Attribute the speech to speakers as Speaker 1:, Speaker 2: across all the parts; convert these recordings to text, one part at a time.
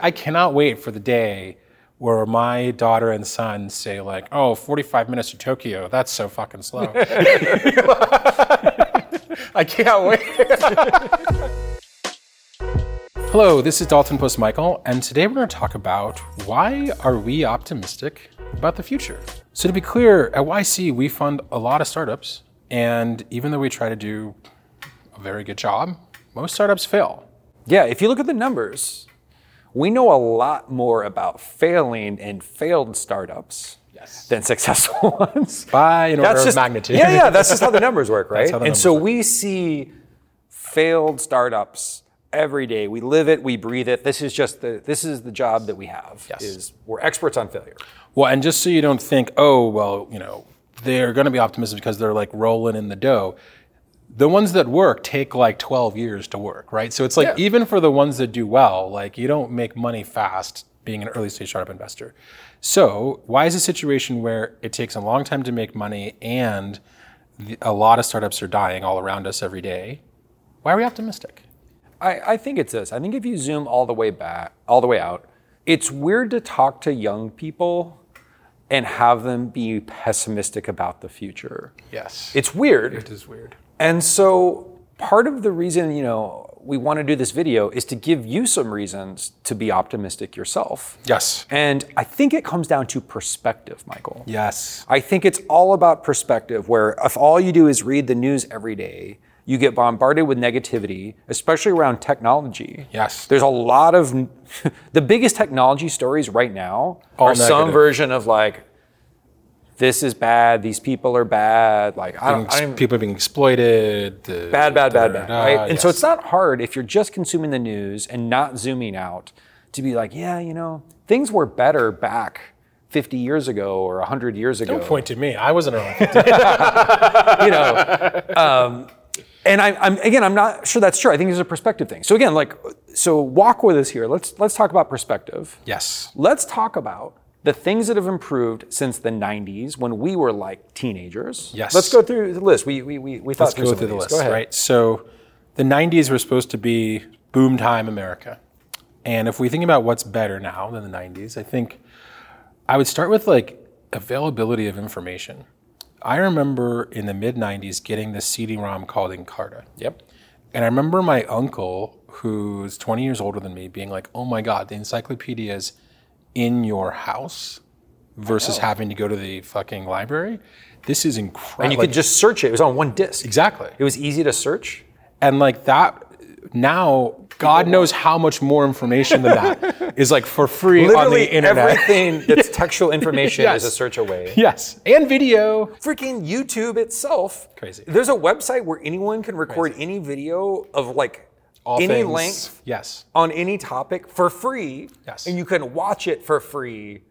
Speaker 1: I cannot wait for the day where my daughter and son say like, "Oh, 45 minutes to Tokyo. That's so fucking slow." I can't wait. Hello, this is Dalton Post Michael, and today we're going to talk about why are we optimistic about the future. So to be clear, at YC we fund a lot of startups, and even though we try to do a very good job, most startups fail.
Speaker 2: Yeah, if you look at the numbers, we know a lot more about failing and failed startups
Speaker 1: Yes.
Speaker 2: than successful ones.
Speaker 1: By an order of
Speaker 2: just,
Speaker 1: magnitude.
Speaker 2: Yeah, yeah, that's just how the numbers work, right?
Speaker 1: how the
Speaker 2: and
Speaker 1: numbers
Speaker 2: so we see failed startups every day. We live it, we breathe it. This is just the this is the job that we have.
Speaker 1: Yes.
Speaker 2: Is we're experts on failure.
Speaker 1: Well, and just so you don't think, oh, well, you know, they're going to be optimistic because they're like rolling in the dough. The ones that work take like 12 years to work, right? So it's like
Speaker 2: Yeah.
Speaker 1: even for the ones that do well, like you don't make money fast being an early stage startup investor. So, why is a situation where it takes a long time to make money and the, a lot of startups are dying all around us every day? Why are we optimistic?
Speaker 2: I, I think it's this. I think if you zoom all the way back, all the way out, it's weird to talk to young people and have them be pessimistic about the future.
Speaker 1: Yes.
Speaker 2: It's weird.
Speaker 1: is weird.
Speaker 2: And so part of the reason, you know, we want to do this video is to give you some reasons to be optimistic yourself.
Speaker 1: Yes.
Speaker 2: And I think it comes down to perspective, Michael.
Speaker 1: Yes.
Speaker 2: I think it's all about perspective, where if all you do is read the news every day, you get bombarded with negativity, especially around technology.
Speaker 1: Yes.
Speaker 2: There's a lot of the biggest technology stories right now are some
Speaker 1: negative.
Speaker 2: version of like, this is bad, these people are bad, like, I don't, I
Speaker 1: Ex-
Speaker 2: don't even-
Speaker 1: people being exploited. the-
Speaker 2: bad, bad, bad, bad.
Speaker 1: da-da-da-da,
Speaker 2: Right? And so
Speaker 1: Ah, yes.
Speaker 2: it's not hard if you're just consuming the news and not zooming out to be like, yeah, you know, things were better back 50 years ago or 100 years ago.
Speaker 1: Don't point to me. I wasn't around.
Speaker 2: you know. Um, and I, I'm again, I'm not sure that's true. I think it's a perspective thing. So again, like, so walk with us here. Let's let's talk about perspective.
Speaker 1: yes.
Speaker 2: Let's talk about the things that have improved since the 90s when we were like teenagers.
Speaker 1: Yes.
Speaker 2: Let's go through the list. We we we, we thought
Speaker 1: Let's
Speaker 2: through
Speaker 1: go
Speaker 2: some
Speaker 1: through
Speaker 2: of
Speaker 1: the
Speaker 2: these.
Speaker 1: list,
Speaker 2: Go ahead.
Speaker 1: right? So the 90s were supposed to be boom time America. And if we think about what's better now than the 90s, I think I would start with like availability of information. I remember in the mid 90s getting this CD-ROM called Encarta.
Speaker 2: Yep.
Speaker 1: And I remember my uncle, who's 20 years older than me, being like, oh my God, the encyclopedia is in your house versus
Speaker 2: Oh.
Speaker 1: having to go to the fucking library. This is incredible.
Speaker 2: And you could just search it. It was on one disc.
Speaker 1: exactly.
Speaker 2: It was easy to search.
Speaker 1: And like that, now, God knows how much more information than that is like for free on
Speaker 2: Literally
Speaker 1: the internet.
Speaker 2: everything that's textual information
Speaker 1: Yes.
Speaker 2: is a search away.
Speaker 1: Yes. And video.
Speaker 2: freaking YouTube itself.
Speaker 1: Crazy.
Speaker 2: There's a website where anyone can record any video of like
Speaker 1: All
Speaker 2: any
Speaker 1: things.
Speaker 2: length
Speaker 1: Yes.
Speaker 2: on any topic for free.
Speaker 1: Yes.
Speaker 2: And you can watch it for free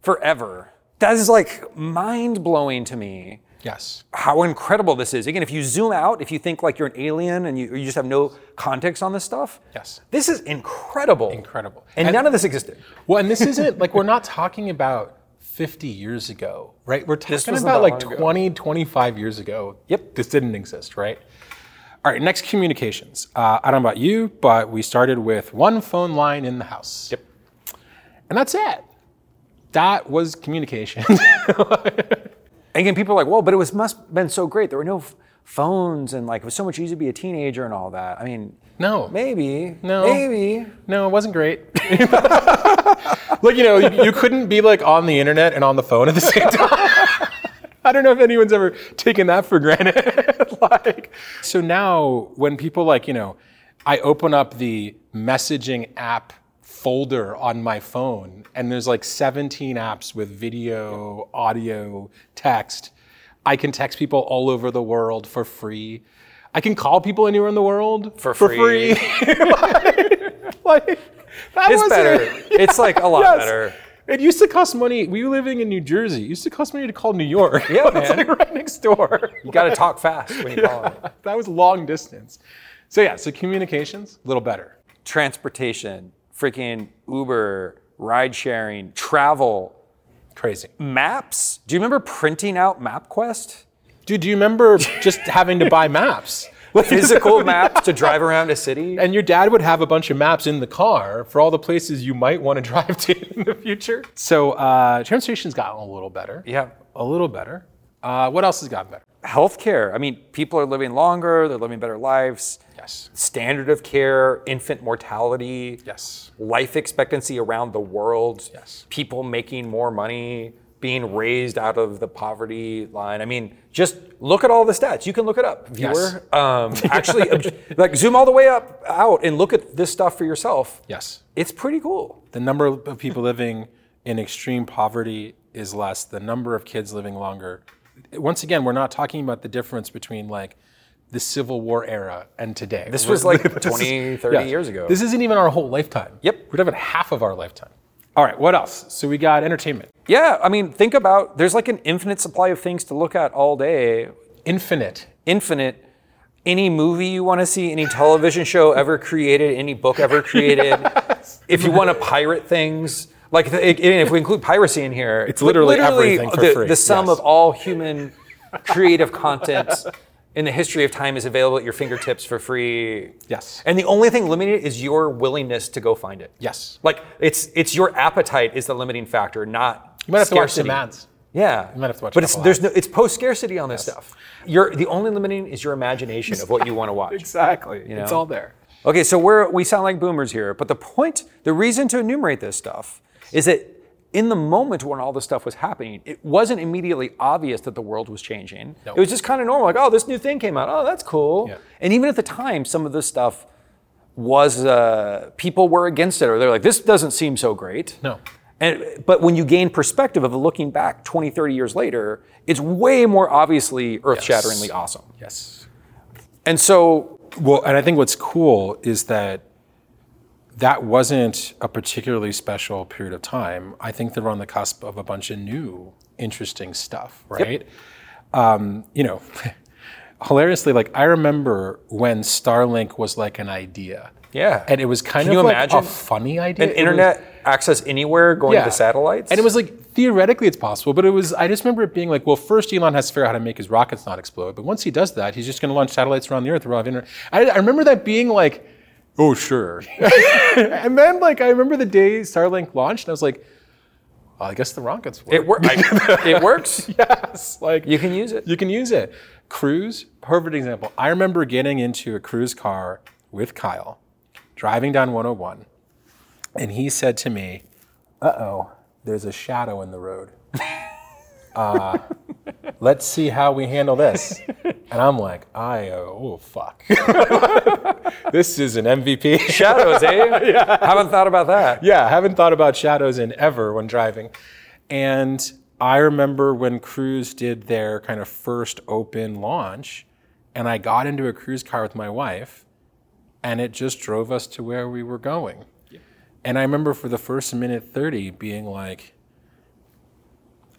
Speaker 2: forever. That is like mind blowing to me
Speaker 1: Yes.
Speaker 2: how incredible this is. Again, if you zoom out, if you think like you're an alien and you, or you just have no context on this stuff,
Speaker 1: Yes.
Speaker 2: this is incredible.
Speaker 1: Incredible.
Speaker 2: And, none of this existed.
Speaker 1: Well, and this isn't like we're not talking about 50 years ago, right? We're talking
Speaker 2: wasn't
Speaker 1: about
Speaker 2: that
Speaker 1: like
Speaker 2: long ago.
Speaker 1: 20, 25 years ago.
Speaker 2: Yep.
Speaker 1: This didn't exist, right? All right, next communications. Uh, I don't know about you, but we started with one phone line in the house.
Speaker 2: Yep.
Speaker 1: And that's it. That was communication.
Speaker 2: And again, people are like, "Whoa!" But it was must have been so great. There were no f- phones, and like it was so much easier to be a teenager and all that. I mean,
Speaker 1: no.
Speaker 2: maybe,
Speaker 1: No.
Speaker 2: maybe.
Speaker 1: No, it wasn't great. like, you know, you, you couldn't be like on the internet and on the phone at the same time. I don't know if anyone's ever taken that for granted. like, so now when people like, you know, I open up the messaging app folder on my phone and there's like 17 apps with video, audio, text. I can text people all over the world for free. I can call people anywhere in the world
Speaker 2: For
Speaker 1: free.
Speaker 2: free.
Speaker 1: like that
Speaker 2: It's
Speaker 1: wasn't-
Speaker 2: better. It's like a lot
Speaker 1: Yes.
Speaker 2: better.
Speaker 1: It used to cost money. We were living in New Jersey. It used to cost money to call New York.
Speaker 2: Yeah,
Speaker 1: it's
Speaker 2: man.
Speaker 1: like right next door.
Speaker 2: You got to talk fast when you call it.
Speaker 1: that was long distance. So yeah, so communications a little better.
Speaker 2: Transportation, freaking Uber, ride sharing, travel,
Speaker 1: Crazy,
Speaker 2: maps. Do you remember printing out MapQuest?
Speaker 1: dude. Do you remember just having to buy maps? Like,
Speaker 2: Physical maps to drive around a city.
Speaker 1: And your dad would have a bunch of maps in the car for all the places you might want to drive to in the future. So uh, transportation's gotten a little better.
Speaker 2: Yeah.
Speaker 1: A little better. Uh, what else has gotten better?
Speaker 2: Healthcare. I mean, people are living longer, they're living better lives.
Speaker 1: Yes.
Speaker 2: Standard of care, infant mortality.
Speaker 1: Yes.
Speaker 2: life expectancy around the world,
Speaker 1: Yes.
Speaker 2: people making more money, being raised out of the poverty line. I mean, just look at all the stats. You can look it up, viewer.
Speaker 1: Yes.
Speaker 2: Um, actually, obj- like zoom all the way up out and look at this stuff for yourself.
Speaker 1: Yes.
Speaker 2: It's pretty cool.
Speaker 1: The number of people living in extreme poverty is less. The number of kids living longer. Once again, we're not talking about the difference between like the Civil War era and today.
Speaker 2: This was
Speaker 1: We're-
Speaker 2: like 20, 30
Speaker 1: yeah.
Speaker 2: years ago.
Speaker 1: This isn't even our whole lifetime.
Speaker 2: Yep.
Speaker 1: We're talking half of our lifetime. All right. What else? So we got entertainment.
Speaker 2: yeah, I mean, think about there's like an infinite supply of things to look at all day
Speaker 1: Infinite.
Speaker 2: infinite. Any movie you want to see, any television show ever created, any book ever created. If you want to pirate things, like the, it- it- if we include piracy in here,
Speaker 1: It's
Speaker 2: like,
Speaker 1: literally everything for
Speaker 2: the,
Speaker 1: free,
Speaker 2: the sum
Speaker 1: yes.
Speaker 2: of all human creative content in the history of time is available at your fingertips for free.
Speaker 1: Yes.
Speaker 2: And the only thing limiting it is your willingness to go find it.
Speaker 1: Yes.
Speaker 2: Like it's it's your appetite is the limiting factor, not
Speaker 1: You might have to
Speaker 2: scarcity.
Speaker 1: watch the ads.
Speaker 2: Yeah, you
Speaker 1: might have to watch a
Speaker 2: But it's
Speaker 1: couple
Speaker 2: there's no it's post scarcity on this stuff. You're the only limiting is your imagination of what you want to watch.
Speaker 1: Exactly.
Speaker 2: know?
Speaker 1: It's all there.
Speaker 2: Okay, so we're we sound like boomers here, but the point, the reason to enumerate this stuff is that in the moment when all this stuff was happening, it wasn't immediately obvious that the world was changing. It was just kind of normal, like oh, this new thing came out, oh, that's cool.
Speaker 1: Yeah.
Speaker 2: And even at the time, some of this stuff was uh, people were against it, or they're like, this doesn't seem so great.
Speaker 1: No.
Speaker 2: And, but when you gain perspective of looking back 20, 30 years later, it's way more obviously earth shatteringly awesome.
Speaker 1: Yes.
Speaker 2: And so,
Speaker 1: Well, and I think what's cool is that that wasn't a particularly special period of time. I think they're on the cusp of a bunch of new, interesting stuff, right? Um, you know, hilariously, like I remember when Starlink was like an idea.
Speaker 2: Yeah.
Speaker 1: And it was kind
Speaker 2: Can
Speaker 1: of
Speaker 2: you
Speaker 1: like
Speaker 2: imagine?
Speaker 1: a funny idea.
Speaker 2: an
Speaker 1: It was-
Speaker 2: internet access anywhere going
Speaker 1: Yeah.
Speaker 2: to the satellites.
Speaker 1: And it was like theoretically it's possible, but it was I just remember it being like, well, first Elon has to figure out how to make his rockets not explode, but once he does that, he's just going to launch satellites around the Earth. Around internet. I, I remember that being like, oh sure. and then like I remember the day Starlink launched, and I was like, well, I guess the rockets work.
Speaker 2: it, wor- I- it works.
Speaker 1: yes, like
Speaker 2: You can use it.
Speaker 1: you can use it. Cruise, perfect example. I remember getting into a cruise car with Kyle, driving down 101, and he said to me, "Uh oh, there's a shadow in the road. Uh, let's see how we handle this." And I'm like, "I oh fuck, this is an MVP."
Speaker 2: Shadows, eh? Haven't thought about that.
Speaker 1: yeah, I haven't thought about shadows in ever when driving. And I remember when Cruise did their kind of first open launch, and I got into a cruise car with my wife, and it just drove us to where we were going. And I remember for the first minute 30 being like,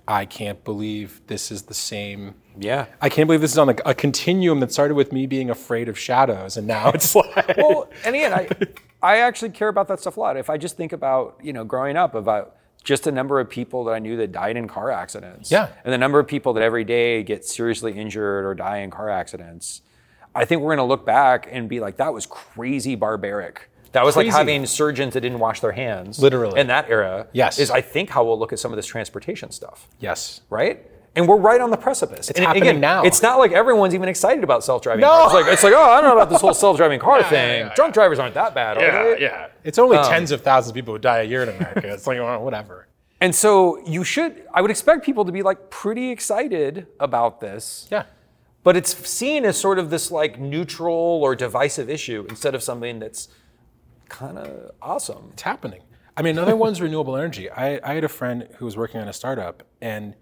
Speaker 1: I can't believe this is the same
Speaker 2: Yeah.
Speaker 1: I can't believe this is on a, a continuum that started with me being afraid of shadows, and now it's like,
Speaker 2: Well, and again, I, I actually care about that stuff a lot. If I just think about, you know, growing up, about just the number of people that I knew that died in car accidents.
Speaker 1: Yeah.
Speaker 2: And the number of people that every day get seriously injured or die in car accidents. I think we're going to look back and be like, that was crazy barbaric. That was like
Speaker 1: Crazy.
Speaker 2: having surgeons that didn't wash their hands.
Speaker 1: Literally.
Speaker 2: In that era.
Speaker 1: Yes.
Speaker 2: Is I think how we'll look at some of this transportation stuff
Speaker 1: yes,
Speaker 2: right? And we're right on the precipice. It's
Speaker 1: happening now.
Speaker 2: It's not like everyone's even excited about self-driving
Speaker 1: No.
Speaker 2: cars. It's like, it's like, oh, I don't know about this whole self-driving car thing.
Speaker 1: yeah, yeah,
Speaker 2: Drunk drivers aren't that bad, are they?
Speaker 1: yeah. It's only tens of thousands of people who die a year in America. It's like, well, whatever.
Speaker 2: And so you should, I would expect people to be like pretty excited about this,
Speaker 1: Yeah.
Speaker 2: but it's seen as sort of this like neutral or divisive issue instead of something that's kind of awesome.
Speaker 1: It's happening. I mean, another one's renewable energy. I, I had a friend who was working on a startup and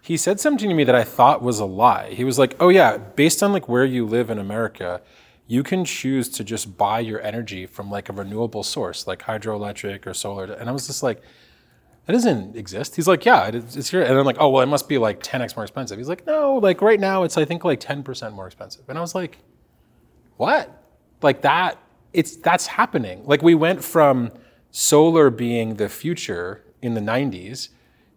Speaker 1: he said something to me that I thought was a lie. He was like, oh, yeah, based on like where you live in America, you can choose to just buy your energy from like a renewable source, like hydroelectric or solar. And I was just like, that doesn't exist. He's like, yeah, it is- it's here. And I'm like, oh, well, it must be like 10x more expensive. He's like, no, like right now it's, I think, like 10% more expensive. And I was like, what like that it's that's happening like we went from solar being the future in the 90s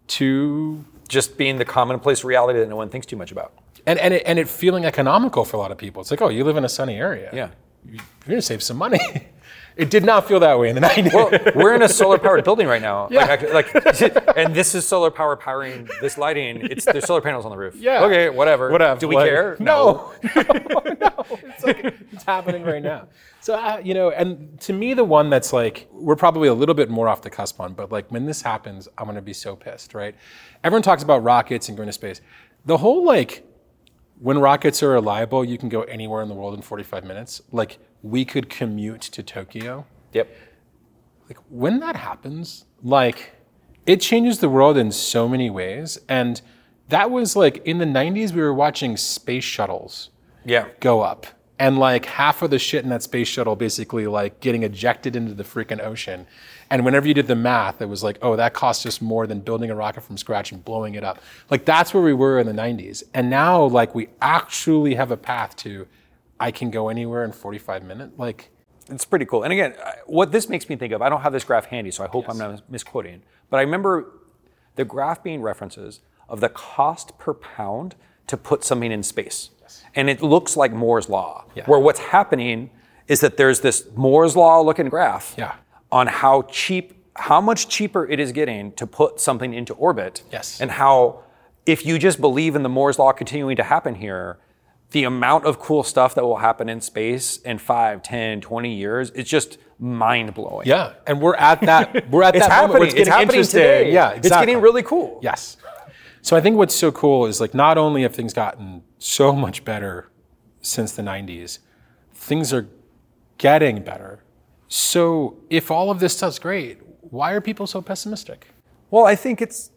Speaker 1: to
Speaker 2: Just being the commonplace reality that no one thinks too much about.
Speaker 1: and and it, and it feeling economical for a lot of people. It's like, oh, you live in a sunny area.
Speaker 2: Yeah.
Speaker 1: you're gonna save some money. It did not feel that way in the 90s.
Speaker 2: Well, we're in a solar powered building right now.
Speaker 1: Yeah.
Speaker 2: Like, act- like, and this is solar power powering this lighting. It's there's solar panels on the roof.
Speaker 1: Yeah.
Speaker 2: Okay. Whatever.
Speaker 1: Whatever.
Speaker 2: Do we
Speaker 1: Like,
Speaker 2: care?
Speaker 1: No. No. no. It's, like, it's happening right now. So, uh, you know, and to me, the one that's like, we're probably a little bit more off the cusp on, but like when this happens, I'm going to be so pissed, right? Everyone talks about rockets and going to space. The whole like, when rockets are reliable, you can go anywhere in the world in 45 minutes. Like, we could commute to Tokyo
Speaker 2: Yep.
Speaker 1: like when that happens, like it changes the world in so many ways. And that was like in the 90s, we were watching space shuttles
Speaker 2: Yeah.
Speaker 1: go up and like half of the shit in that space shuttle basically like getting ejected into the freaking ocean and whenever you did the math it was like oh that cost us more than building a rocket from scratch and blowing it up like that's where we were in the 90s and now like we actually have a path to i can go anywhere in 45 minutes like
Speaker 2: It's pretty cool. And again, I- what this makes me think of, I don't have this graph handy, so I hope I'm not misquoting. But I remember the graph being references of the cost per pound to put something in space. And it looks like Moore's Law, where what's happening is that there's this Moore's Law looking graph
Speaker 1: Yeah.
Speaker 2: on how cheap, how much cheaper it is getting to put something into orbit.
Speaker 1: Yes.
Speaker 2: And how, if you just believe in the Moore's Law continuing to happen here, the amount of cool stuff that will happen in space in 5, 10, 20 years is just mind blowing.
Speaker 1: Yeah, and we're at that. We're at
Speaker 2: It's
Speaker 1: that moment
Speaker 2: happening.
Speaker 1: where it's
Speaker 2: it's
Speaker 1: getting
Speaker 2: happening
Speaker 1: interesting.
Speaker 2: today.
Speaker 1: Yeah,
Speaker 2: It's
Speaker 1: exactly.
Speaker 2: getting really cool.
Speaker 1: Yes. So I think what's so cool is like not only have things gotten so much better since the '90s, things are getting better. So if all of this stuff's great, why are people so pessimistic?
Speaker 2: Well, I think it's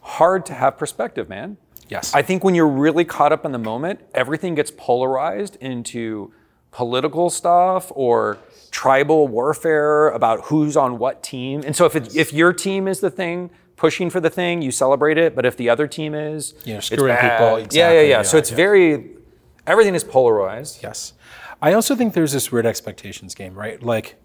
Speaker 2: hard to have perspective, man.
Speaker 1: Yes.
Speaker 2: I think when you're really caught up in the moment, everything gets polarized into political stuff or tribal warfare about who's on what team. And so if it, if your team is the thing pushing for the thing, you celebrate it. But if the other team is,
Speaker 1: You're
Speaker 2: it's
Speaker 1: screwing
Speaker 2: bad.
Speaker 1: people.
Speaker 2: Yeah, yeah,
Speaker 1: Exactly.
Speaker 2: yeah,
Speaker 1: Yeah,
Speaker 2: So it's
Speaker 1: yeah.
Speaker 2: very everything is polarized.
Speaker 1: Yes. I also think there's this weird expectations game, right? Like,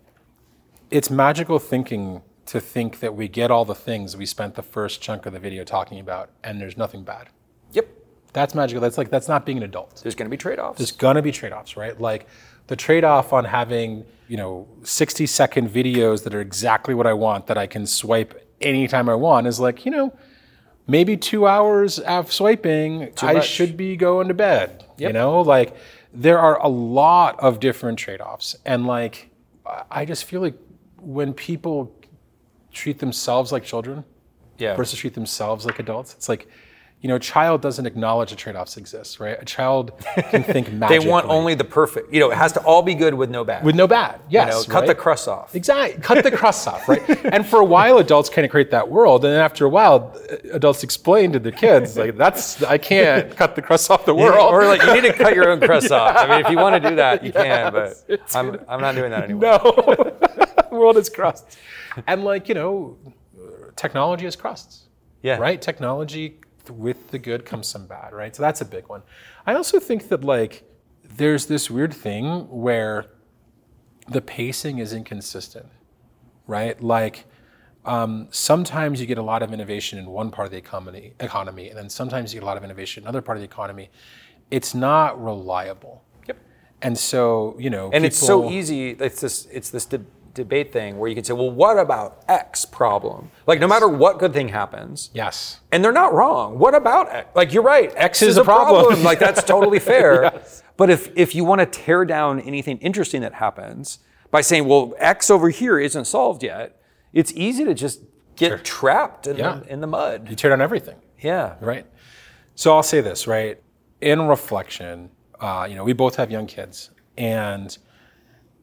Speaker 1: it's magical thinking to think that we get all the things we spent the first chunk of the video talking about, and there's nothing bad.
Speaker 2: Yep.
Speaker 1: That's magical. That's like that's not being an adult.
Speaker 2: There's going to be trade-offs.
Speaker 1: There's gonna be trade-offs, right? Like the trade-off on having, you know, 60-second videos that are exactly what I want that I can swipe anytime I want is like, you know, maybe two hours of swiping, I
Speaker 2: much.
Speaker 1: should be going to bed. You know, like there are a lot of different trade-offs. And like I- I just feel like when people treat themselves like children,
Speaker 2: yeah.
Speaker 1: versus treat themselves like adults. It's like, you know, a child doesn't acknowledge that trade-offs exist, right? A child can think
Speaker 2: They
Speaker 1: magically.
Speaker 2: want only the perfect. You know, it has to all be good with no bad.
Speaker 1: with no bad.
Speaker 2: you
Speaker 1: Yes,
Speaker 2: know, cut the
Speaker 1: right?
Speaker 2: crust off.
Speaker 1: Exactly. Cut the crust off, right? And for a while, adults kind of create that world, and then after a while, uh, adults explain to the kids like, "That's I can't cut the crust off the world."
Speaker 2: Or like you need to cut your own crust off. I mean, if you want to do that, you can. But I'm, I'm not doing that anymore.
Speaker 1: no, world is crust, and like you know, technology is crusts.
Speaker 2: yeah.
Speaker 1: right? Technology with the good comes some bad, right? So that's a big one. I also think that like there's this weird thing where the pacing is inconsistent, right? Like um, sometimes you get a lot of innovation in one part of the economy, economy, and then sometimes you get a lot of innovation in another part of the economy. It's not reliable.
Speaker 2: Yep.
Speaker 1: And so, you know,
Speaker 2: And it's so e-
Speaker 1: people-
Speaker 2: easy. It's this. It's this de- debate thing where you can say, well, what about X problem? Like, no matter what good thing happens,
Speaker 1: Yes.
Speaker 2: and they're not wrong. What about X? Like, you're right. X
Speaker 1: is
Speaker 2: is,
Speaker 1: a
Speaker 2: a problem.
Speaker 1: problem.
Speaker 2: like, that's totally fair. But if if you want to tear down anything interesting that happens by saying, well, X over here isn't solved yet, it's easy to just get trapped in,
Speaker 1: Yeah.
Speaker 2: the, in the mud.
Speaker 1: You tear down everything.
Speaker 2: Yeah.
Speaker 1: right? So I'll say this, right? In reflection, uh, you know, we both have young kids, and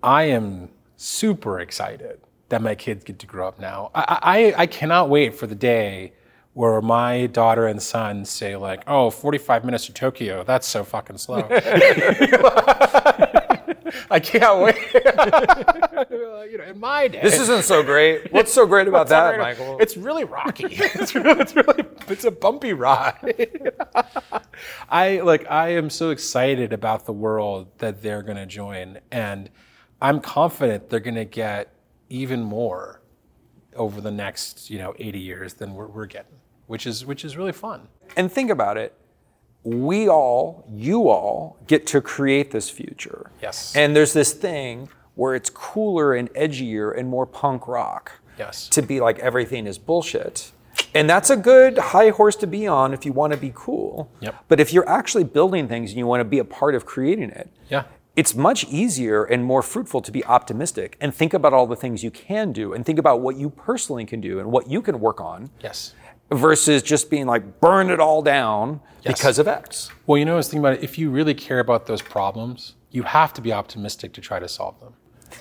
Speaker 1: I am super excited that my kids get to grow up now. I, I, I cannot wait for the day where my daughter and son say like, "Oh, 45 minutes to Tokyo. That's so fucking slow." I can't wait. you know, in my day,
Speaker 2: This isn't so great. What's so great about that,
Speaker 1: Sorry,
Speaker 2: Michael?
Speaker 1: It's really rocky. it's really, it's really, it's a bumpy ride. I like, I am so excited about the world that they're going to join, and I'm confident they're going to get even more over the next, you know, 80 years than we're, we're getting, which is which is really fun.
Speaker 2: and think about it. we all, you all, get to create this future.
Speaker 1: Yes.
Speaker 2: And there's this thing where it's cooler and edgier and more punk rock
Speaker 1: Yes.
Speaker 2: to be like everything is bullshit. And that's a good high horse to be on if you want to be cool.
Speaker 1: Yep.
Speaker 2: But if you're actually building things and you want to be a part of creating it,
Speaker 1: Yeah.
Speaker 2: it's much easier and more fruitful to be optimistic and think about all the things you can do and think about what you personally can do and what you can work on
Speaker 1: Yes.
Speaker 2: versus just being like burn it all down
Speaker 1: Yes.
Speaker 2: because of X.
Speaker 1: Well, you know, I was thinking about it. If you really care about those problems, you have to be optimistic to try to solve them.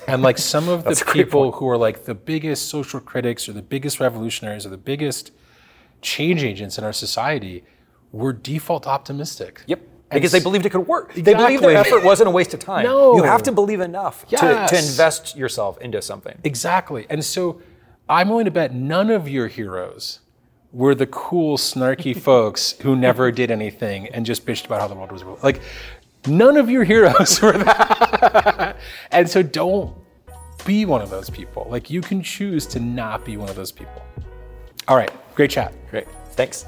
Speaker 1: And like some of the
Speaker 2: That's a great
Speaker 1: people who are like the biggest social critics or the biggest revolutionaries or the biggest change agents in our society were default optimistic.
Speaker 2: Yep. Because they
Speaker 1: s-
Speaker 2: believed it could work. They believed their
Speaker 1: Exactly.
Speaker 2: effort wasn't a waste of time.
Speaker 1: No.
Speaker 2: You have to believe enough to, to
Speaker 1: Yes.
Speaker 2: invest yourself into something.
Speaker 1: Exactly. And so I'm willing to bet none of your heroes were the cool, snarky folks who never did anything and just bitched about how the world was ruled. Like, none of your heroes were that. and so don't be one of those people. Like, you can choose to not be one of those people. All right. Great chat.
Speaker 2: Great. Thanks.